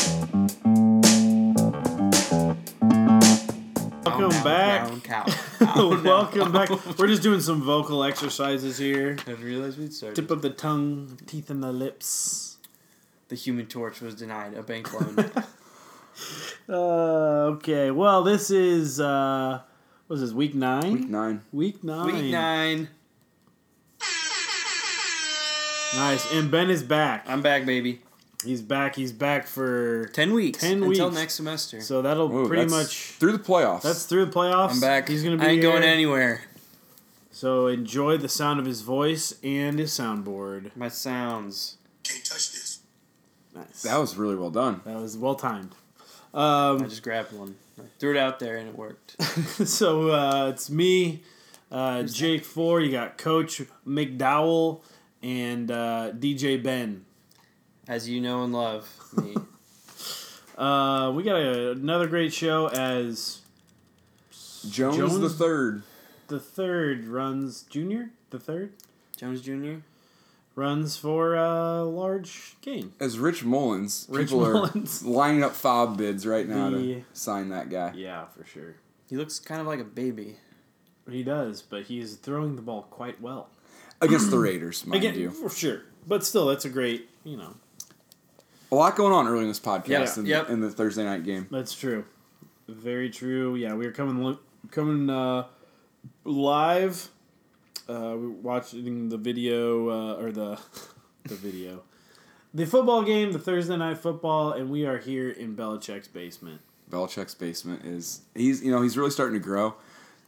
episode. Welcome back. We're just doing some vocal exercises here. I didn't realize we'd started. Tip of the tongue, teeth in the lips. the Human Torch was denied a bank loan. Uh, okay, well, this is, uh, what is this, week nine? Week nine. Week nine. Week nine. Nice. And Ben is back. I'm back, baby. He's back. He's back for. Ten weeks. 10 until weeks. next semester. So that'll Ooh, pretty that's much. through the playoffs. That's through the playoffs. I'm back. He's going to be I ain't here. going anywhere. So enjoy the sound of his voice and his soundboard. My sounds. Can't touch this. Nice. that was really well done. that was well timed. Um, I just grabbed one. I threw it out there and it worked. so uh, it's me, uh, Jake Four. You got Coach McDowell and uh, DJ Ben. As you know and love me. Uh, we got a, another great show as Jones, Jones? the third. the third runs junior. The third Jones Jr. runs for a large game. As Rich Mullins, Rich people Mullins. are lining up fob bids right now The- to sign that guy. Yeah, for sure. He looks kind of like a baby. He does, but he's throwing the ball quite well. Against the Raiders, mind Again, you. for sure. But still, that's a great. You know, A lot going on early in this podcast Yeah, in, yep. in the Thursday night game. that's true. Very true. Yeah, we are coming li- coming uh, live. Uh, we we're watching the video uh, or the the video, the football game, the Thursday night football, and we are here in Belichick's basement. Belichick's basement is he's you know he's really starting to grow.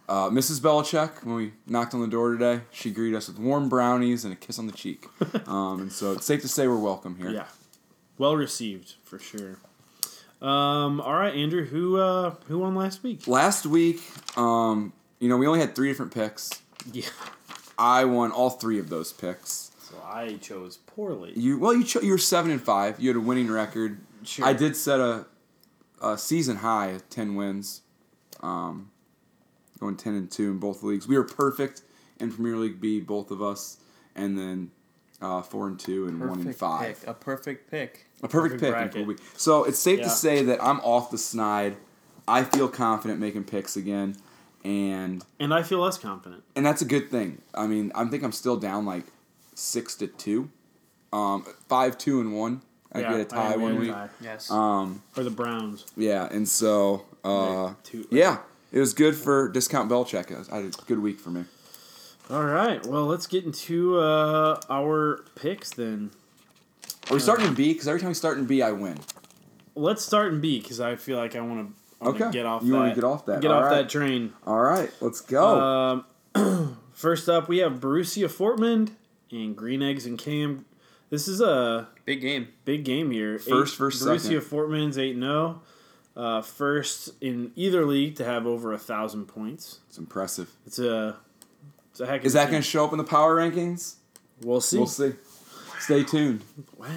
Uh, Mrs. Belichick, when we knocked on the door today, she greeted us with warm brownies and a kiss on the cheek. um, and so it's safe to say we're welcome here. Yeah, well received for sure. Um, all right, Andrew, who uh, who won last week? Last week, um, you know, we only had three different picks. Yeah. I won all three of those picks. So I chose poorly. You well, you cho- you were seven and five. You had a winning record. Sure. I did set a, a season high of ten wins, um, going ten and two in both leagues. We were perfect in Premier League B, both of us, and then uh, four and two and one and five. pick. A perfect pick. A perfect, Perfect pick. bracket. in four weeks. So it's safe Yeah. to say that I'm off the snide. I feel confident making picks again, and And I feel less confident. and that's a good thing. I mean, I think I'm still down like six to two, um, five two and one. I get a tie am one gonna week. tie. Yes. Um, Or the Browns. yeah, and so uh, Right, two- yeah, it was good for discount Belichick. It was- I had a good week for me. All right. Well, let's get into uh, our picks then. Are we starting in B? Because every time we start in B, I win. Let's start in B because I feel like I want to Okay. get off You that. wanna get off that. Get All off right. Oh. that train. All right, let's go. Um, first up, we have Borussia Fortman and Green Eggs and Cam. This is a Big game. big game here. First Eight- versus Borussia second. Fortman's 8 0. Uh, first in either league to have over a thousand points. it's impressive. It's a, it's a heck of Is a that team. going to show up in the power rankings? We'll see. We'll see. Stay tuned. Wow.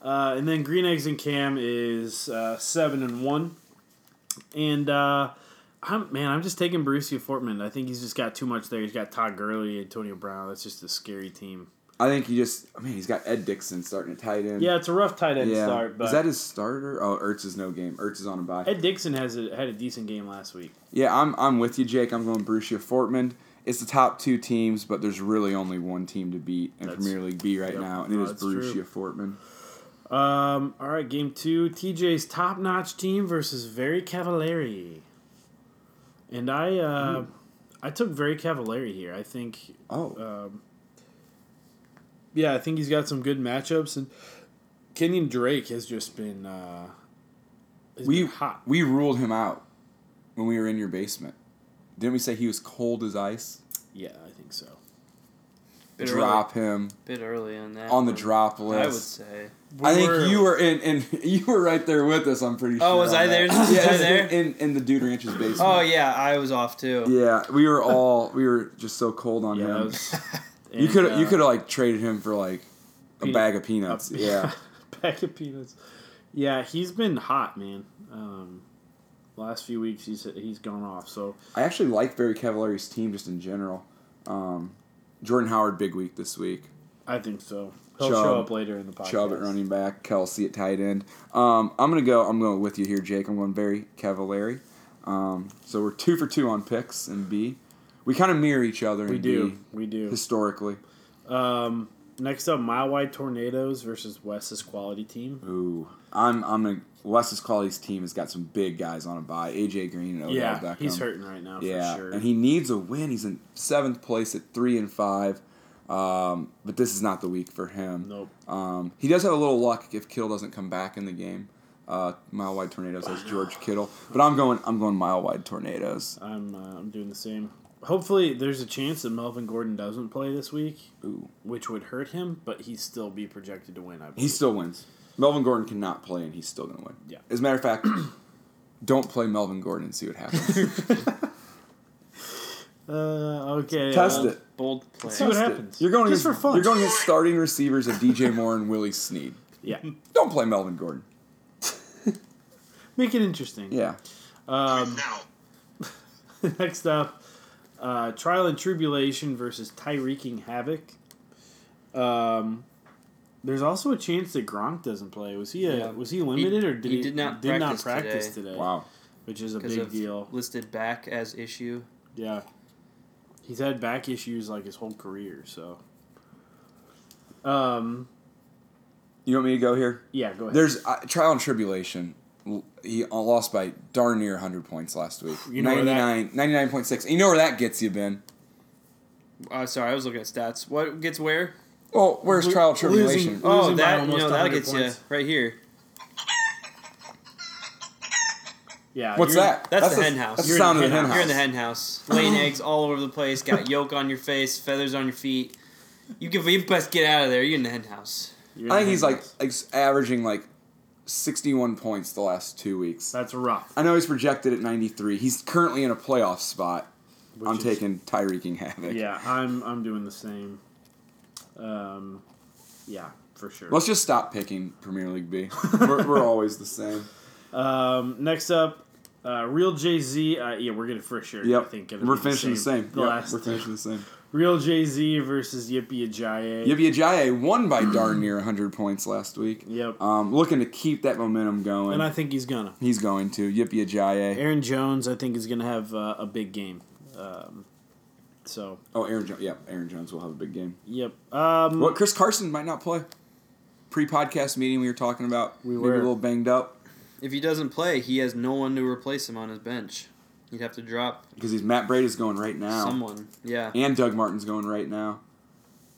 Uh, and then Green Eggs and Cam is uh, seven and one. And uh, I'm man, I'm just taking Borussia Fortman. I think he's just got too much there. He's got Todd Gurley, Antonio Brown. That's just a scary team. I think he just. I mean, he's got Ed Dixon starting to tight end. Yeah, it's a rough tight end Yeah. start, but is that his starter? Oh, Ertz is no game. Ertz is on a bye. Ed Dixon has a, had a decent game last week. Yeah, I'm I'm with you, Jake. I'm going Borussia Fortman. It's the top two teams, but there's really only one team to beat in That's- Premier League B right yep, now, and no, it is that's true. Borussia Fortman. Um, all right, game two. TJ's top notch team versus Very Cavallari. And I uh, Hmm. I took Very Cavallari here. I think Oh, Um, yeah, I think he's got some good matchups, and Kenyon Drake has just been uh, has we been hot. we ruled him out when we were in your basement. Didn't we say he was cold as ice? Yeah, I think so. Bit drop him Early, bit early on that. on the one, drop I would list. say. I think Word. you were in, and you were right there with us. I'm pretty sure. Oh, was on I there? that. Was yeah, I it was there? in in the dude ranch's basement. Oh yeah, I was off too. Yeah, we were all we were just so cold on Oh. Yeah, him. that was, you and, could uh, Oh. you could have like traded him for like a peanut- bag of peanuts. yeah. bag of peanuts. Yeah, he's been hot, man. Um, last few weeks he's he's gone off. So I actually like Barry Cavallari's team just in general. Um, Jordan Howard big week this week. I think so. He'll Chubb. show up later in the podcast. Chubb at running back, Kelsey at tight end. Um, I'm gonna go. I'm going with you here, Jake. I'm going Barry Cavallari. Um, so we're two for two on picks in B. We kind of mirror each other. We in do. B, We do. historically. Um, next up, Mile Wide Tornadoes versus Wes's Quality Team. Ooh, I'm I'm a Wes's quality's team has got some big guys on a bye. AJ Green and Odell yeah, Beckham. he's hurting right now Yeah, Oh, for sure. and he needs a win. He's in seventh place at three and five, um, but this is not the week for him. nope. Um, he does have a little luck if Kittle doesn't come back in the game. Uh, mile wide tornadoes has George Kittle, but I'm going. I'm going mile wide tornadoes. I'm uh, I'm doing the same. Hopefully, there's a chance that Melvin Gordon doesn't play this week, Ooh, which would hurt him, but he'd still be projected to win. I believe. he still wins. Melvin Gordon cannot play, and he's still going to win. Yeah. As a matter of fact, don't play Melvin Gordon and see what happens. uh, okay. Test uh, it. Bold play. See what happens. You're going Just against, for fun. You're going against starting receivers of DJ Moore and Willie Snead. Yeah, Don't play Melvin Gordon. make it interesting. Yeah. Um, now. next up, uh, Trial and Tribulation versus Tyreeking Havoc. Um, there's also a chance that Gronk doesn't play. Was he a, Yeah. was he limited or he did did not did not practice practice today. today? Wow. which is a Because big of deal. listed back as issue. Yeah. He's had back issues like his whole career, so. Um. You want me to go here? Yeah. Go ahead. There's uh, trial and tribulation. L- He uh, lost by darn near 100 points last week. You know where that- 99, 99.6. And You know where that gets you, Ben? Uh, sorry, I was looking at stats. What gets where? Well, where's Lo- trial and tribulation? losing- Oh, by that almost you know that 100 gets points. you right here. yeah. What's you're- that? that's the a- hen house. That's the You're in sound the of the hen hen house. You're in the hen house, laying Oh. eggs all over the place. Got yolk on your face, feathers on your feet. You can you best get out of there. You're in the hen house. you're in the I think he's hand like, box. ex- averaging like 61 points the last two weeks. That's rough. I know he's projected at 93. He's currently in a playoff spot. which I'm is- taking Tyreeking Havoc. Yeah, I'm. I'm doing the same. Um. Yeah, for sure. Let's just stop picking Premier League B. We're, we're always the same. Um. Next up, uh, real Jay Z. Uh, yeah, we're gonna for sure. I Yep. think gonna We're be finishing the same. The Yep, last we're finishing the same. real Jay Z versus Yippee Ajayi. Yippee Ajayi won by darn near 100 points last week. Yep. Um, looking to keep that momentum going. and I think he's gonna. He's going to. Yippee Ajayi. Aaron Jones, I think, is going to have uh, a big game. Um, so, Oh, Aaron Jones. Yeah, Aaron Jones will have a big game. yep. Um, Well, Chris Carson might not play. Pre podcast meeting we were talking about. We maybe were. a little banged up If he doesn't play, he has no one to replace him on his bench. You'd have to drop because he's Matt Brady's going right now. someone. Yeah, And Doug Martin's going right now.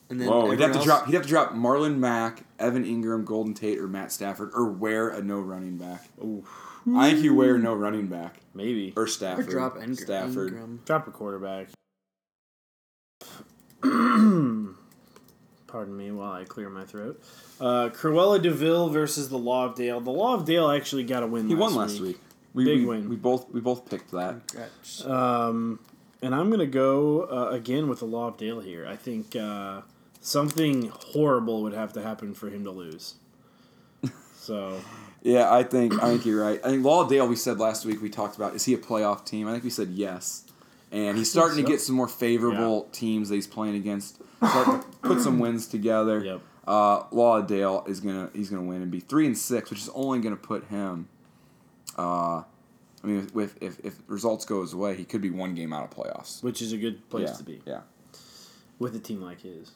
and then Whoa, he'd everyone have to else- drop. He'd have to drop Marlon Mack, Evan Ingram, Golden Tate, or Matt Stafford, or wear a no running back. ooh, I think you wear no running back maybe. or Stafford. Or drop Ingram. Stafford. Ingram. Drop a quarterback. Pardon me while I clear my throat. Uh, Cruella Deville versus the Law of Dale. The Law of Dale actually got a win. He last won last week. We, Big we, win. We both we both picked that. Congrats. Um, and I'm going to go uh, again with the Law of Dale here. I think uh, something horrible would have to happen for him to lose. So, Yeah, I think I think you're right. I think Lawdale. We said last week we talked about is he a playoff team? I think we said yes, and he's starting so. to get some more favorable teams that he's playing against. Starting to put some wins together. Yep. Uh, Lawdale is gonna he's gonna win and be three and six, which is only gonna put him. Uh, I mean, if if, if results go his way, he could be one game out of playoffs. which is a good place yeah, to be. Yeah. with a team like his.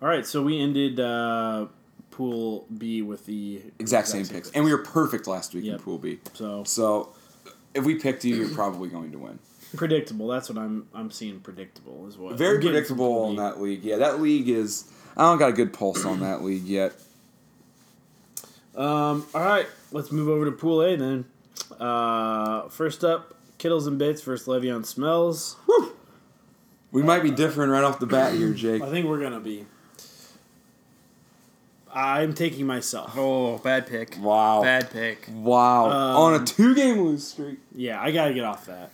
All right, so we ended uh, Pool B with the Exact, same, picks. and we were perfect last week in Yep. Pool B. so So, if we picked you, you're probably going to win. predictable. That's what I'm I'm seeing predictable as well. Very predictable on that league. Yeah, that league is. I don't got a good pulse on that league yet. Um, all right, let's move over to Pool A then. Uh, first up, Kittles and Bits versus Le'Veon Smells. We might be different right off the bat here, Jake. I think we're gonna be. I'm taking myself. Oh, bad pick. Wow. Bad pick. Wow. on a two game lose streak. Yeah, I gotta get off that.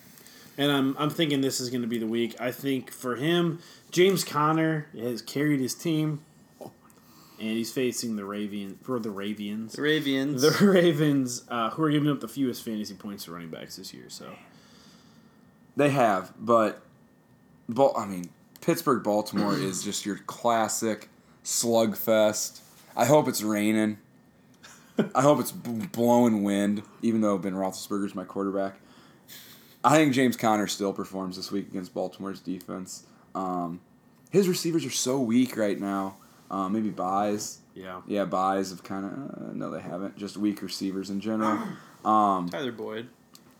And I'm I'm thinking this is gonna be the week. I think for him, James Conner has carried his team, and he's facing the Ravian for the Ravians, The Ravens. the Ravens, uh, who are giving up the fewest fantasy points to running backs this year. So They have, but. Bal- I mean, Pittsburgh Baltimore is just your classic slugfest. I hope it's raining. I hope it's b- blowing wind, even though Ben Roethlisberger's my quarterback. I think James Conner still performs this week against Baltimore's defense. Um, his receivers are so weak right now. Uh, maybe buys. Yeah. Yeah, buys have kind of. Uh, no, they haven't. Just weak receivers in general. Um, Tyler Boyd,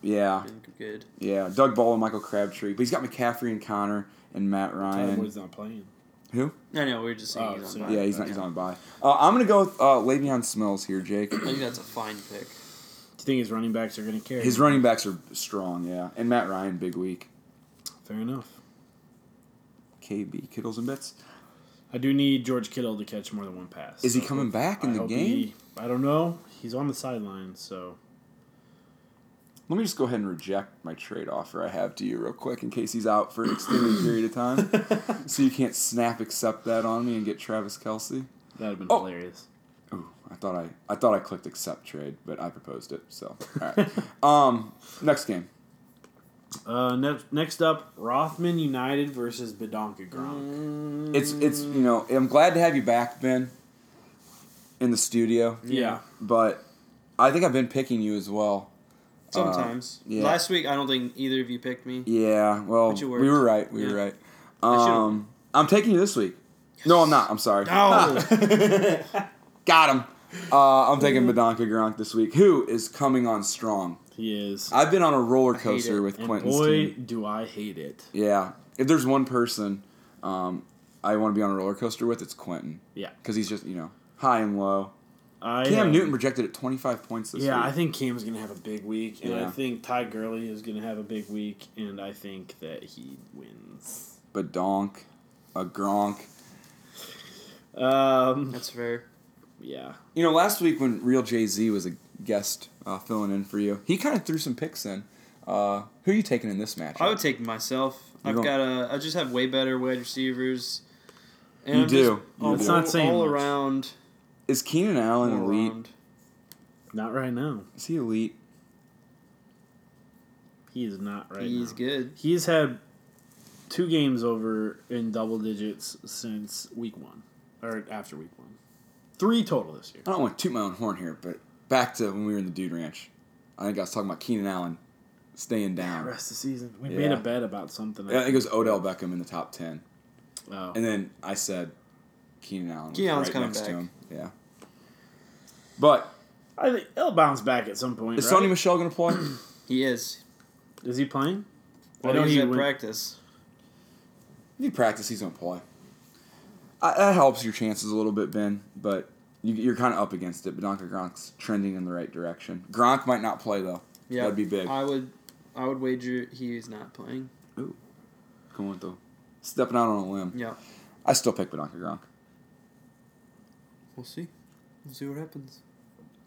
yeah, been good. yeah. Doug Ball and Michael Crabtree, but he's got McCaffrey and Connor and Matt Tyler Ryan. Boyd's not playing. Who? I know we were just saying. Oh, he's so- on bye. Yeah, he's not. He's on bye. Uh, I'm gonna go with uh, Le'Veon Smells here, Jake. I think that's a fine pick. Do you think his running backs are going to carry? His running backs are strong. Yeah, and Matt Ryan, big week. Fair enough. KB Kittles and Bits. I do need George Kittle to catch more than one pass. Is he So coming back in I the hope game? he- I don't know. He's on the sideline, so Let me just go ahead and reject my trade offer I have to you real quick in case he's out for an extended period of time. So you can't snap accept that on me and get Travis Kelsey. that'd have been Oh. hilarious. Ooh, I thought I I thought I clicked accept trade, but I proposed it. So all right. um next game. Uh, ne- next up, Rothman United versus Badonka Mm, Gronk. Mm, It's it's you know, I'm glad to have you back, Ben, in the studio. Yeah. But I think I've been picking you as well. Sometimes. uh, yeah. Last week, I don't think either of you picked me. Yeah, well But you we were worked. right. We were Yeah. right. I should've- Um I'm taking you this week. No, I'm not. I'm sorry. No. Got him. Uh, I'm taking Badonka Gronk this week, who is coming on strong. He is. I've been on a roller hate coaster it. with and Quentin's boy, team. do I hate it. Yeah. If there's one person um, I want to be on a roller coaster with, it's Quentin. Yeah. Because he's just, you know, high and low. I, Cam uh, Newton projected at 25 points this Yeah, I week. think Cam's going to have a big week, and Yeah. I think Ty Gurley is going to have a big week, and I think that he wins. Badonk, a Gronk. Um, That's fair. yeah. You know, last week when Real Jay Z was a guest uh, filling in for you, he kind of threw some picks in. Uh, who are you taking in this match? I would take myself. You I've don't- got a. I just have way better wide receivers. You I'm do. just You all, do. It's not saying all much. around. Is Keenan Allen all elite? around. Not right now. Is he elite? He is not right He's now. good. He's had two games over in double digits since week one, or after week one. Three total this year. I don't want to toot my own horn here, but back to when we were in the Dude Ranch. I think I was talking about Keenan Allen staying down. rest of the season. We Yeah. made a bet about something. I think it was Odell Beckham in the top 10. Oh. And then I said Keenan Allen. was Keenan Allen's right coming next back. to him. Yeah. But I think he'll bounce back at some point. is right? Sonny Michelle going to play? He is. is he playing? Well, know he's he at went- practice. he practice, he's going to play. I, that helps your chances a little bit, Ben, but you, you're kind of up against it. But Donka Gronk's trending in the right direction. Gronk might not play, though. Yeah, That'd be big. I would. I would wager he is not playing. Going with the stepping out on a limb. Yeah, I still pick Donka Gronk. we'll see. We'll see what happens.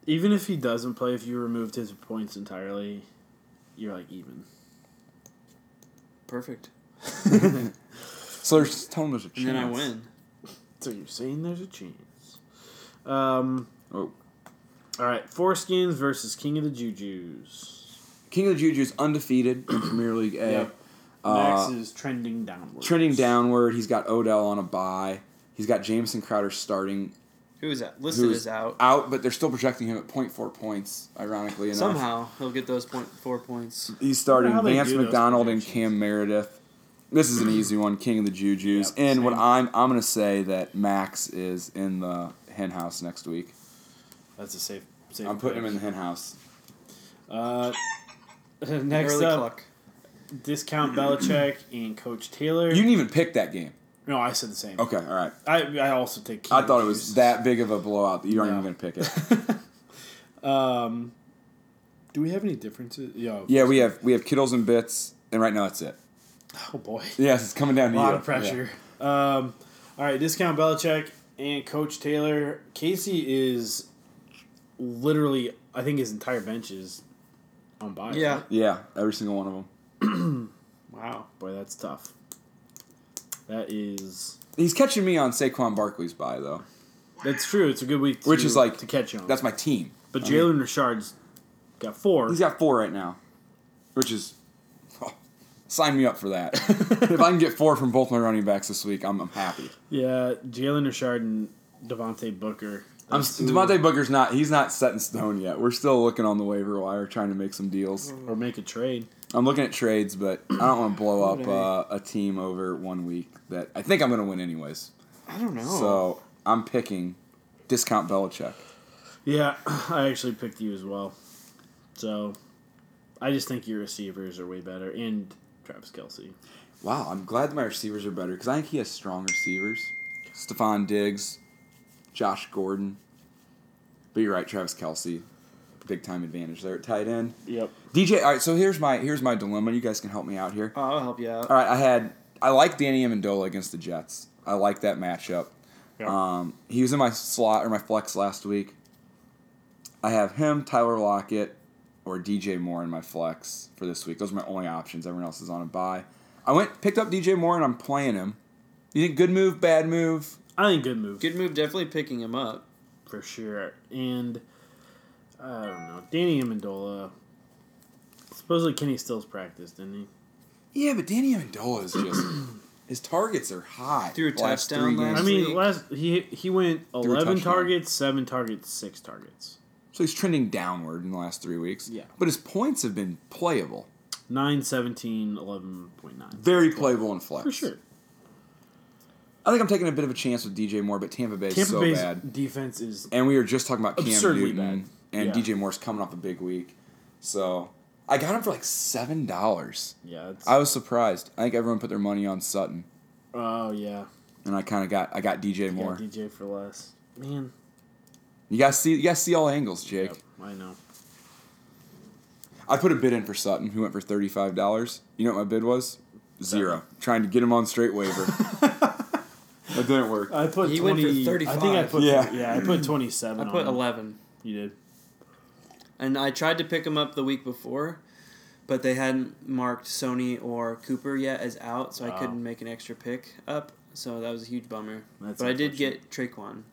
Even if he doesn't play, if you removed his points entirely, you're like even. Perfect. So there's tell him there's a chance. And then I win. So you're saying there's a chance. Um. Oh. All right. Foreskins versus King of the Juju's. King of the Juju's undefeated in Premier League A. Yep. Uh, Max is trending downward. Trending downward. He's got Odell on a bye. He's got Jameson Crowder starting Who is that? Listed Who's- as out. out, but they're still projecting him at 0.4 points, ironically enough. Somehow he'll get those point four points. He's starting I wonder how they Vance do those McDonald and projections. Cam Meredith. This is an easy one, King of the Juju's. Yep, and what same. I'm I'm gonna say that Max is in the hen house next week. That's a safe. safe I'm putting him in the pick. hen house. Uh, next Early up, clock. discount Belichick and Coach Taylor. You didn't even pick that game. no, I said the same. Okay, all right. I I also take. King I of thought the it was Juju's. that big of a blowout that you aren't No. even gonna pick it. Um, do we have any differences? Yo, Yeah, we have we have Kittles and Bits, and right now that's it. Oh boy, Yes, it's coming a down to lot you. of pressure. Um, all right, discount Belichick and Coach Taylor. Casey is literally, I think his entire bench is on buy. Yeah. Yeah. yeah, every single one of them. Wow. boy, that's tough. That is. He's catching me on Saquon Barkley's bye though. That's true. It's a good week, to, Which is like- to catch on. That's my team. but Jalen Richard's got four. He's got four right now, which is oh, sign me up for that. if I can get four from both my running backs this week, I'm, I'm happy. yeah, Jalen Richard and Devontae Booker. I'm That's s- who- Devontae Booker's not. He's not set in stone yet. We're still looking on the waiver wire, trying to make some deals. or make a trade. I'm looking at trades, but I don't want to blow up Alright. uh, a team over one week that I think I'm going to win anyways. I don't know. So I'm picking discount Belichick. Yeah, I actually picked you as well. So, I just think your receivers are way better, and Travis Kelsey. Wow, I'm glad my receivers are better because I think he has strong receivers. Stephon Diggs, Josh Gordon. But you're right, Travis Kelsey, big time advantage there at tight end. Yep. DJ, all right. So here's my here's my dilemma. You guys can help me out here. Oh, I'll help you out. All right, I had I like Danny Amendola against the Jets. I like that matchup. Yeah. Um, he was in my slot or my flex last week. I have him, Tyler Lockett, or DJ Moore in my flex for this week. Those are my only options. Everyone else is on a buy. I went picked up DJ Moore and I'm playing him. You think good move, bad move? I think good move Good move, definitely picking him up. for sure. And I don't know, Danny Amendola. Supposedly Kenny Stills practiced, didn't he? Yeah, but Danny Amendola is just his targets are high. Threw a the last touchdown three last- games. I week. mean, last he he went a eleven touchdown. targets, seven targets, six targets, So he's trending downward in the last three weeks. Yeah. But his points have been playable. 9, 17, 11.9. Very playable in flex. For sure. I think I'm taking a bit of a chance with DJ Moore, but Tampa Bay is Tampa so Bay's bad. defense is And we were just talking about Cam Absurdly Newton bad. and Yeah. DJ Moore's coming off a big week. So I got him for like seven dollars. yeah. It's, I was surprised. I think everyone put their money on Sutton, oh yeah, and I kind of got I got DJ yeah. Moore. DJ for less, man. you guys see you guys see all angles, Jake. Yep, I know. I put a bid in for Sutton, who went for thirty five dollars. You know what my bid was? Zero. Trying to get him on straight waiver. that didn't work. I put He went for 20, I think I 35. put Yeah. yeah, I put twenty seven. I put 11. You did. And I tried to pick him up the week before, but they hadn't marked Sony or Cooper yet as out, so I Wow. couldn't make an extra pick up. So that was a huge bummer. That's but I did get Traquan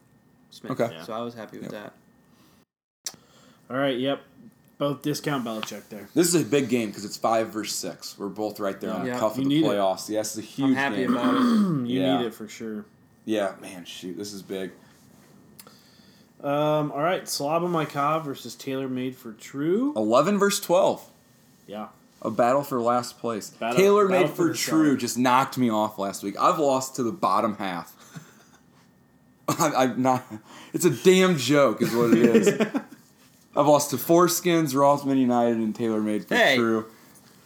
Smith, Okay. Yeah. so I was happy with that. All right. Yep. Both discount Belichick there. This is a big game because it's five versus six. We're both right there on the Yeah. cuff You of the need it. playoffs. Yes, it's a huge I'm happy game. about it. you Yeah. need it for sure. Yeah, man, shoot, this is big. Um. All right. Slaba Mykov versus Taylor Made for True. Eleven versus twelve. Yeah. A battle for last place. Battle- Taylor battle made for for the true side. just knocked me off last week. I've lost to the bottom half. I, I'm not. It's a damn joke, is what it is. I've lost to Foreskins, Rothman United, and Taylor made for Hey. true,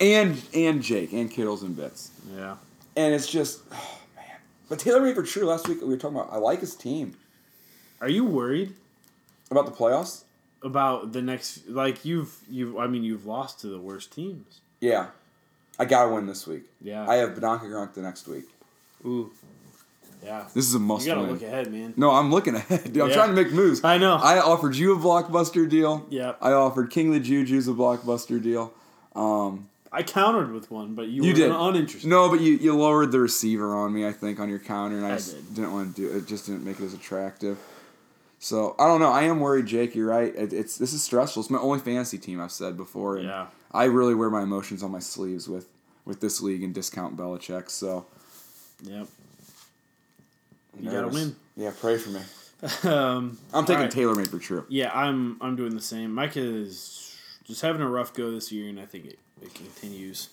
and and Jake and Kittles and Bits. Yeah. And it's just, oh, man. But Taylor made for true last week. We were talking about. I like his team Are you worried about the playoffs. about the next? Like you've you've I mean you've lost to the worst teams. Yeah, I gotta win this week. Yeah. I have Banaka Gronk the next week. Ooh. yeah. This is a must You gotta win. look ahead, man. No, I'm looking ahead. Dude, I'm Yeah. trying to make moves. I know. I offered you a blockbuster deal. Yeah. I offered King the Juju's a blockbuster deal. Um, I countered with one, but you, you were did. uninterested. No, but you, you lowered the receiver on me, I think, on your counter, and I, I just did. didn't want to do it. Just didn't make it as attractive. So I don't know. I am worried, Jake. You're right. It, it's this is stressful. It's my only fantasy team. I've said before. And Yeah. I really wear my emotions on my sleeves with with this league and discount Belichick. So Yep. You gotta nervous. win. Yeah, pray for me. Um. I'm taking All right. Taylor made for true. Yeah, I'm I'm doing the same. Mike is just having a rough go this year, and I think it, it continues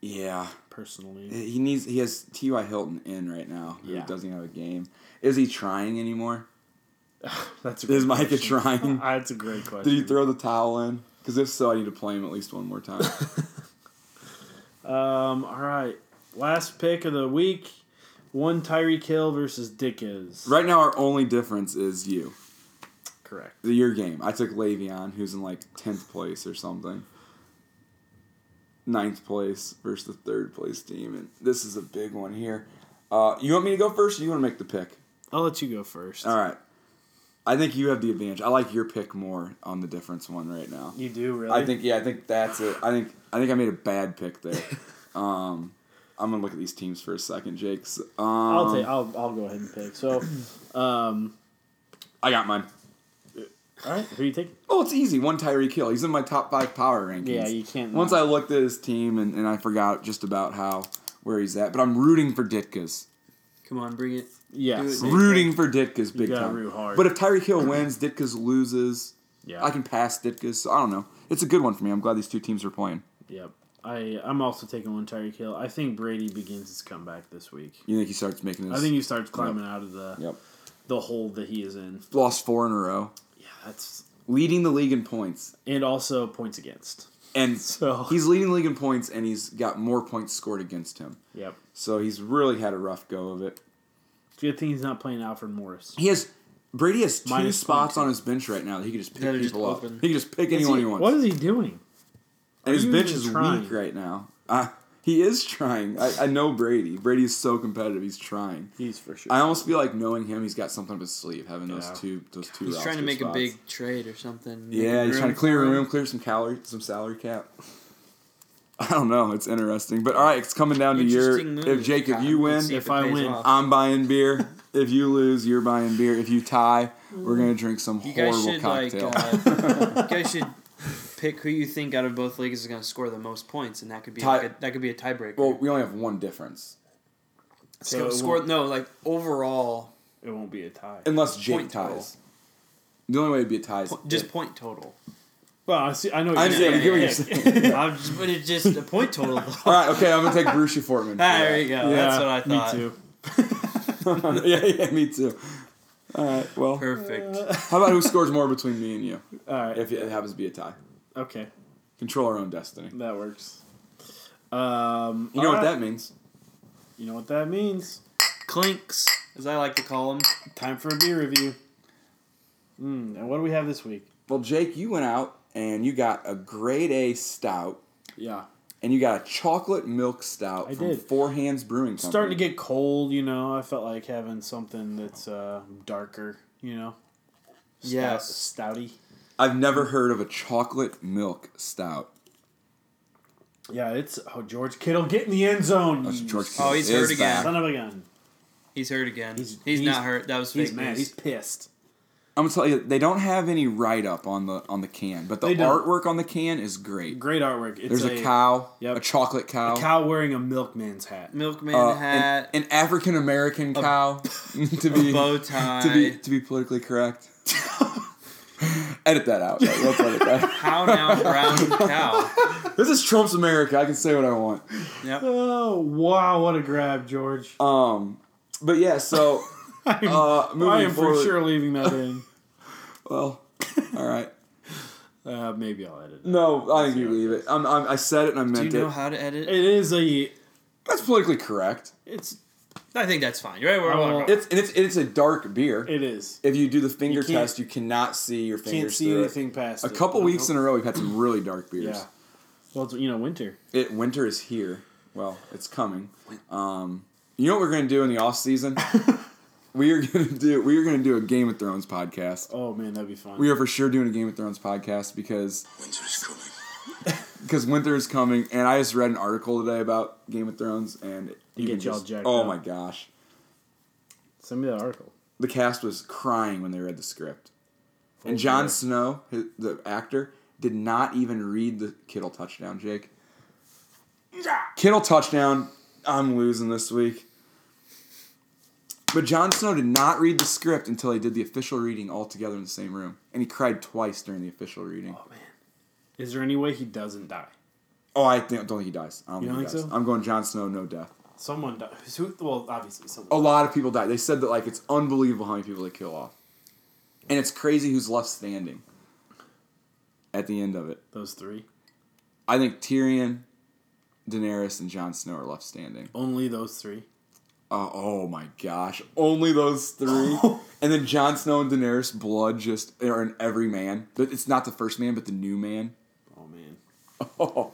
Yeah. personally. He needs. He has T.Y. Hilton in right now. Who Yeah. doesn't have a game? Is he trying anymore? That's a Is great Micah question. trying? Ah, That's a great question. Did he throw the towel in? Because if so, I need to play him at least one more time. um. All right. Last pick of the week. One Tyree Kill versus Dickens. right now, our only difference is you. Correct. Your game. I took Le'Veon, who's in like tenth place or something. Ninth place versus the third place team, and this is a big one here. Uh, you want me to go first, or you want to make the pick? I'll let you go first. All right. I think you have the advantage. I like your pick more on the difference one right now. You do really. I think yeah, I think that's it. I think I think I made a bad pick there. um, I'm gonna look at these teams for a second, Jake's. Um, I'll take. I'll I'll go ahead and pick. So, um. I got mine. All right. Who you taking? Oh, it's easy. One Tyree Kill. He's in my top five power rankings. Yeah, you can't. Once I looked at his team and, and I forgot just about how where he's at, but I'm rooting for Ditka's. Come on, bring it. Yeah. do it. see, Rooting for Ditka's big gotta time. root hard. But if Tyree Kill wins, Ditka's loses. Yeah. I can pass Ditka's. So I don't know. It's a good one for me. I'm glad these two teams are playing. Yep. I I'm also taking one Tyreek Hill. I think Brady begins his comeback this week. You think he starts making I this? think he starts climbing out of the Yep. the hole that he is in. Lost four in a row, Yeah, that's leading the league in points, and also points against. and So he's leading the league in points, and he's got more points scored against him. yep. So he's really had a rough go of it. It's a good thing he's not playing Alfred Morris. He has Brady has two Minus spots on his bench right now that he can just pick That are people just up. open. He can just pick anyone he wants. What is he doing? and his you bench even is trying? weak right now. Uh, he is trying. I, I know Brady. Brady is so competitive. He's trying. He's for sure. I almost feel like knowing him, he's got something up his sleeve. Having those Yeah. two, those two. He's trying roster to make spots. a big trade or something. Yeah, Make he's trying room to clear for a him. room, clear some calorie, some salary cap. I don't know. It's interesting, but all right, it's coming down to your. Interesting move. If Jake, if God, you let's win, see if I it pays win, off. I'm buying beer. if you lose, you're buying beer. If you tie, we're gonna drink some Mm-hmm. you guys horrible should like. cocktail. Uh, you guys should pick who you think out of both leagues is going to score the most points, and that could be Tie- like a, that could be a tiebreaker. well, we only have one difference, so it score won't- no like overall, it won't be a tie. unless Jake Point ties. total. The only way it'd be a tie is po- just point total. Well, I see. I know. I you're understand. saying. I get what you're Yeah. saying. I'm just, but it's just a point total. though. All right, okay, I'm gonna take Brucey Fortman. for Ah, that. there you go. That's what I thought. Me too. yeah, yeah, me too. All right, well, Perfect. how about who scores more between me and you? All right. If it happens to be a tie, Okay, control our own destiny. that works. Um, You know what all right. that means? You know what that means. Clinks, as I like to call them. Time for a beer review. Mm, and what do we have this week? Well, Jake, you went out and you got a grade A stout Yeah, and you got a chocolate milk stout I from did. Four Hands Brewing Company. starting to get cold. You know, I felt like having something that's uh, darker. You know, Yes. Stout- stouty. I've never heard of a chocolate milk stout. Yeah, it's oh George Kittle get in the end zone. That's you George Oh, he's Kittle hurt is again. back. Son of a gun. He's hurt again. He's- He's, he's- not hurt. That was fake He's mad. news. He's pissed. I'm gonna tell you, they don't have any write up on the on the can, but the They don't. artwork on the can is great. Great artwork. It's There's a, cow, yep. a chocolate cow, a cow wearing a milkman's hat. Milkman uh, hat, an, African American cow, to be bow tie. to be to be politically correct. Edit that out. Let's edit that. How now, brown cow? This is Trump's America. I can say what I want. Yep. Oh wow, what a grab, George. Um, but yeah, so I'm, uh, moving I am for forward- sure leaving that in. well, all right. Uh, maybe I'll edit it. No, I think you leave it. I'm, I'm, I said it and I Do you meant know it. how to edit? It is a. That's politically correct. It's. I think that's fine. You're right where I Oh, want to It's and it's it's a dark beer. It is. if you do the finger You can't- test, you cannot see your fingers. Can't see through it. anything past. A it. couple weeks in a row, we've had some really dark beers. Yeah. Well, it's, you know, winter. It winter is here. Well, it's coming. Um, you know what we're gonna do in the off season? we are gonna do we are gonna do a Game of Thrones podcast. Oh man, that'd be fun. We are for sure doing a Game of Thrones podcast because Winter's coming. because winter is coming, and I just read an article today about Game of Thrones, and you get can y'all just- jacked Oh up. my gosh, Send me that article. the cast was crying when they read the script, and Oh, Jon boy. Snow, his, the actor, did not even read the Kittle touchdown. Jake, Kittle touchdown. I'm losing this week. But Jon Snow did not read the script until he did the official reading all together in the same room, and he cried twice during the official reading. Oh man, is there any way he doesn't die? Oh, I think, don't think he dies. I don't You think, don't he think dies. so? I'm going Jon Snow, no death. Someone dies. Who, well, obviously someone. a lot of people die. They said that like it's unbelievable how many people they kill off, and it's crazy who's left standing at the end of it. Those three. I think Tyrion, Daenerys, and Jon Snow are left standing. Only those three. Uh, oh my gosh! Only those three, and then Jon Snow and Daenerys blood just are in every man. But It's not the first man, but the new man. Oh man. Oh.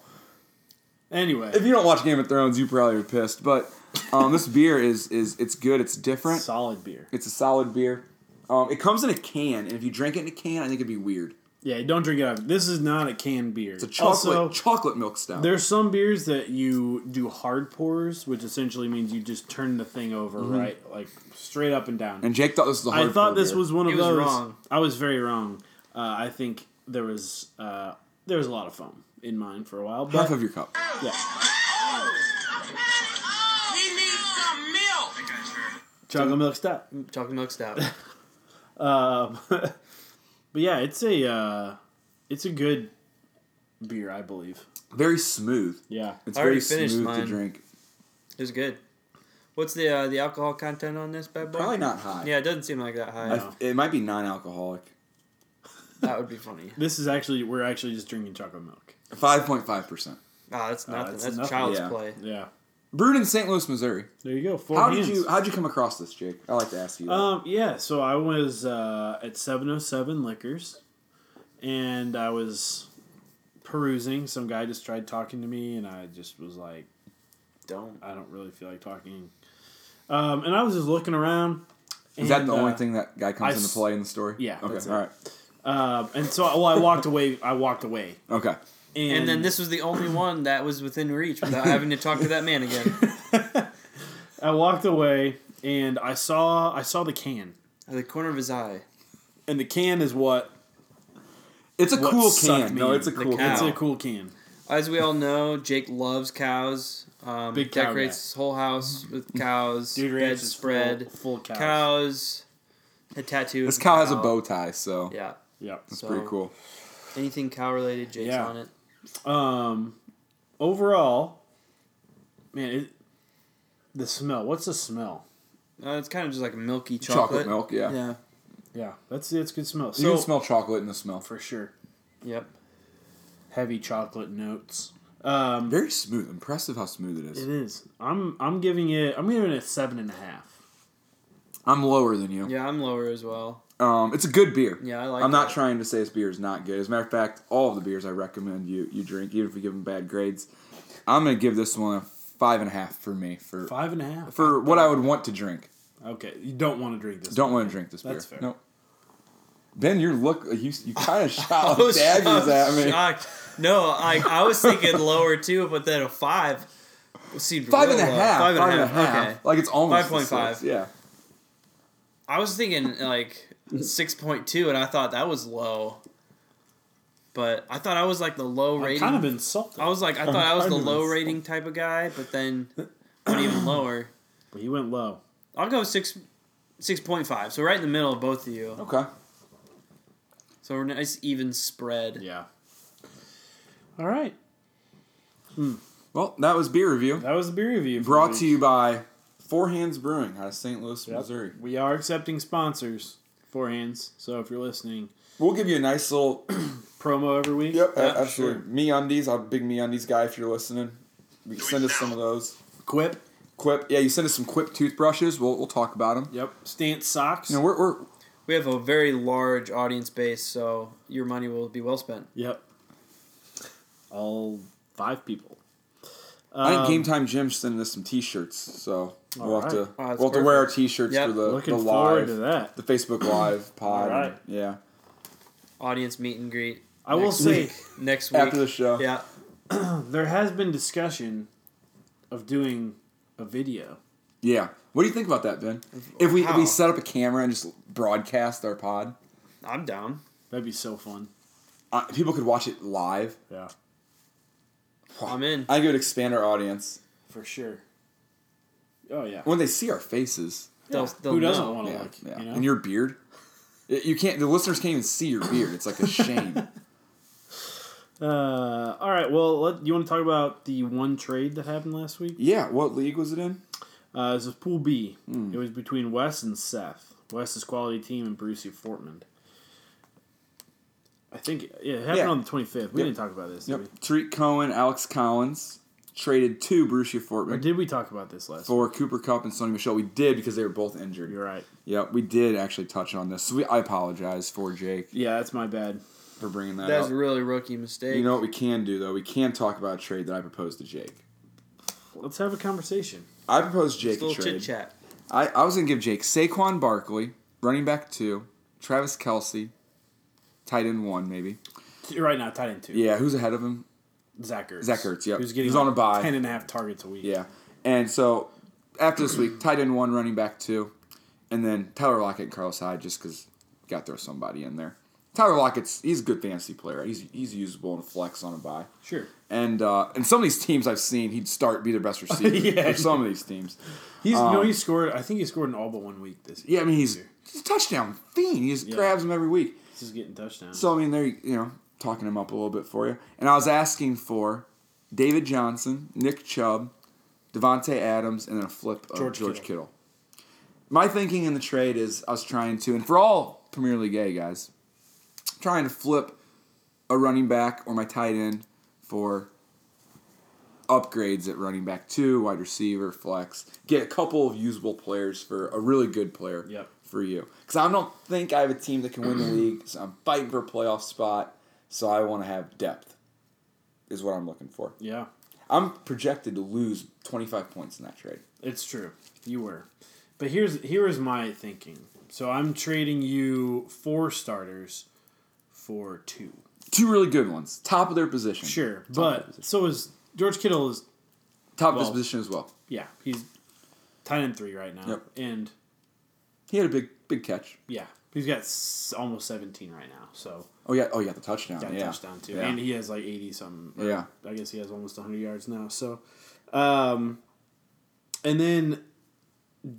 Anyway, If you don't watch Game of Thrones, you probably are pissed. But um, this beer is is it's good. It's different. solid beer. It's a solid beer. Um, it comes in a can, and if you drink it in a can, I think it'd be weird. Yeah, don't drink it out. of- This is not a canned beer. It's a chocolate Also, chocolate milk stout. There's some beers that you do hard pours, which essentially means you just turn the thing over, Mm-hmm. right? Like straight up and down. and Jake thought this was a hard. I thought pour this beer. was one of He was those. wrong. I was very wrong. Uh, I think there was uh, there was a lot of foam in mine for a while, but half of your cup. yeah, He needs some milk. chocolate milk stout. go. Chocolate milk stout. Um, but uh, yeah, it's a uh, it's a good beer, I believe. Very smooth. Yeah. It's I very already finished smooth to mine. drink. It was good. What's the uh, the alcohol content on this bad boy? Probably not high. Yeah, it doesn't seem like that high. I- it might be non-alcoholic. that would be funny. This is actually we're actually just drinking chocolate milk. Five point five percent. Ah, that's Uh, nothing. it's that's nothing. child's Yeah. play. Yeah. Brewed in St. Louis, Missouri. There you go. Four How hands. did you how'd you come across this, Jake? I like to ask you. that. Um, yeah, so I was uh, at 707 Liquors and I was perusing. Some guy just tried talking to me, and I just was like, Don't. I don't really feel like talking. Um, and I was just looking around. Is that and, the only uh, thing that guy I comes into s- play in the story? yeah, Okay. that's it. All right. Uh, and so, well, I walked away. I walked away. Okay. And, And then this was the only one that was within reach without having to talk to that man again. I walked away, and I saw I saw the can, Out of the corner of his eye. and the can is what It's a What cool sucked can. me No, in, it's a the cool cow. it's can. a cool can. As we all know, Jake loves cows. Um, Big cow decorates guy. his whole house with cows. Dude Ranch is bedspread, full, full cows. cows. A tattoo. This of cow has a bow tie, so Yeah. Yeah. it's pretty So, cool. Anything cow related, Jake's Yeah. on it. Um, overall, man, it, the smell. What's the smell? Uh, it's kind of just like a milky Chocolate, chocolate. milk, yeah. Yeah. Yeah, that's it's good smell. You So can smell chocolate in the smell. for sure, Yep. heavy chocolate notes. Um, Very smooth. Impressive how smooth it it is. is. I'm I'm giving it. I'm giving it a seven and a half. I'm lower than you. Yeah, I'm lower as well. Um, it's a good beer. Yeah, I like I'm not that. trying to say this beer is not good. As a matter of fact, all of the beers I recommend you you drink, even if you give them bad grades, I'm gonna give this one a five and a half for me for Five and a half. for what I would want to drink. okay, you don't want to drink this. Don't want to drink this beer. That's fair. Nope. Ben, your look you you kind of shot I was daggers at me. shocked. No, I, I was thinking lower too, but then a five seemed Five real and a low. half. Five and a half. Okay. Like it's almost five point 5.5. five. Yeah. I was thinking like six point two, and I thought that was low. But I thought I was like the low I'm rating. kind of insulted. I was like I I'm thought I was the kind of low insulted. rating type of guy, but then went even lower. But you went low. I'll go six six point five. So right in the middle of both of you. Okay. So we're nice even spread. Yeah. All right, Well, that was beer review. that was the beer review. for Brought the to week. you by Four Hands Brewing out of St. Louis, Yep. Missouri. We are accepting sponsors, forehands. So if you're listening, We'll give you a nice little promo every week. Yep, Yeah, absolutely. Me undies, I'm a big me undies guy. If you're listening, you can send us some of those. Quip. Quip, yeah, you send us some Quip toothbrushes. We'll we'll talk about them. Yep. Stance socks. You know, we're, we're We have a very large audience base, so your money will be well spent. Yep. All five people. I think Um, Game Time Jim's sending us some T-shirts, so we'll Alright. have to Wow, that's we'll have to wear our perfect. T-shirts Yep. for the Looking the forward live to that. the Facebook Live pod. Alright. Yeah, Audience meet and greet. I will next say week- next week after the show. Yeah, there has been discussion of doing a video. Yeah. What do you think about that, Ben? If we if How? we set up a camera and just broadcast our pod, I'm down. That'd be so fun. uh, people could watch it live. Yeah, I'm in. I think it would expand our audience for sure. Oh yeah. when they see our faces. They'll- Yeah. they'll Who doesn't know. want to Yeah, look? yeah. You know? And your beard. Y- You can't. The listeners can't even see your beard. It's like a shame. uh, all right. Well, let, you want to talk about the one trade that happened last week? yeah. What league was it in? Uh, this is Pool B. Hmm. It was between Wes and Seth. Wes's quality team and Brucey Fortman. I think yeah, it happened Yeah. on the 25th. We Yep. didn't talk about this, did Yep. Tariq Cohen, Alex Collins traded to Bruce we? Or Fortman did we talk about this last for Cooper Cup and Sonny Michelle. We did because they were both injured. You're right. Yeah, we did actually touch on this. So we, I apologize for Jake Yeah, that's my bad. for bringing that That was up. a really rookie mistake. you know what we can do though? We can talk about a trade that I proposed to Jake. Let's have a conversation. I proposed Jake Just a a little chit trade. chat. I, I was gonna give Jake Saquon Barkley, running back two, Travis Kelsey, tight end one maybe. You're right now, tight end two. Yeah, who's ahead of him? Zach Ertz. Zach Ertz, yep. Who's getting He's on a bye. Ten and a half targets a week. Yeah. And so after this week, tight end one, running back two, and then Tyler Lockett and Carlos Hyde just because got to throw somebody in there. Tyler Lockett's he's a good fantasy player. He's he's usable in a flex on a bye. Sure. And uh, and some of these teams I've seen, he'd start be their best receiver Yeah. for some of these teams. He's you Um, know he scored. I think he scored in all but one week this. year. Yeah, I mean he's, he's a touchdown fiend. He just Yeah. grabs them every week. He's just getting touchdowns. So I mean, they're you know talking him up a little bit for you. And I was asking for David Johnson, Nick Chubb, Devonte Adams, and then a flip of George George, Kittle. Kittle. My thinking in the trade is I was trying to, and for all Premier League A guys, trying to flip a running back or my tight end for upgrades at running back two, wide receiver, flex. Get a couple of usable players for a really good player Yep. for you. Because I don't think I have a team that can win the league. So I'm fighting for a playoff spot. So I want to have depth, is what I'm looking for. Yeah, I'm projected to lose 25 points in that trade. it's true. You were, but here's here is my thinking. So I'm trading you four starters for two. Two really good ones, top of their position. Sure, Top of their but position. so is George Kittle is top of his well- position as well. yeah he's tied in three right now, Yep. and He had a big big catch. yeah he's got s- almost seventeen right now. So Oh yeah, oh yeah, the touchdown. got a yeah. touchdown too, Yeah. and he has like eighty something. yeah. I guess he has almost 100 yards now. So, um, and then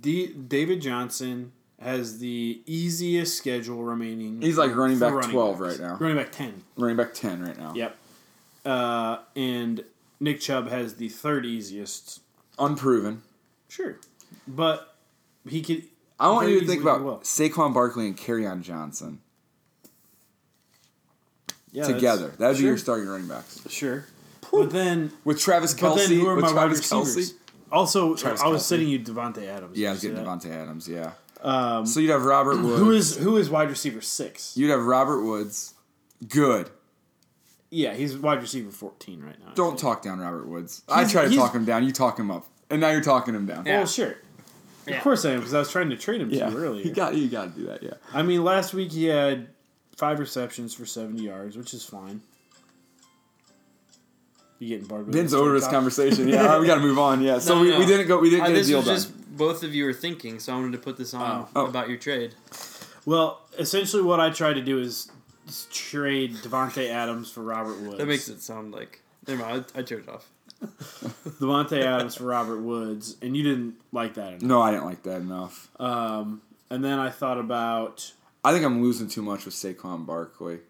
D- David Johnson has the easiest schedule remaining. He's like running for back 12 backs. right now. Running back 10. Running back 10 right now. Yep. Uh, and Nick Chubb has the third easiest. Unproven. Sure, but he could. I want very you to think easily about do well. Saquon Barkley and Carryon Johnson Yeah, that's- together. That would be sure, your starting running backs. Sure. But then, With Travis but then Kelsey. who are with my wide Travis receivers? Kelsey. Also, Travis I was Kelce. sending you Devonte Adams. Yeah, I Did was you see getting that? Devontae Adams, yeah. Um, so you'd have Robert Woods. Who is who is wide receiver six? you'd have Robert Woods. Good. Yeah, he's wide receiver 14 right now. I Don't think. talk down Robert Woods. I He's- try to he's- talk him down. You talk him up. And now you're talking him down. Yeah. Well, sure. Yeah. Of course I am, because I was trying to trade him to you You earlier. got you got to do that, yeah. I mean, last week he had five receptions for 70 yards, which is fine. You getting Barbara? Ben's over this conversation. Yeah, all right, we got to move on. Yeah. So No, we, no, we no. didn't go. We didn't Uh, get a this deal was done. just both of you were thinking, so I wanted to put this on Oh. Oh. about your trade. Well, essentially what I try to do is s- trade Devonte Adams for Robert Woods. That makes it sound like. Never mind, I, I turned it off. Devonte Adams for Robert Woods, and you didn't like that enough. No, I didn't like that enough. Um, and then I thought about. I think I'm losing too much with Saquon Barkley.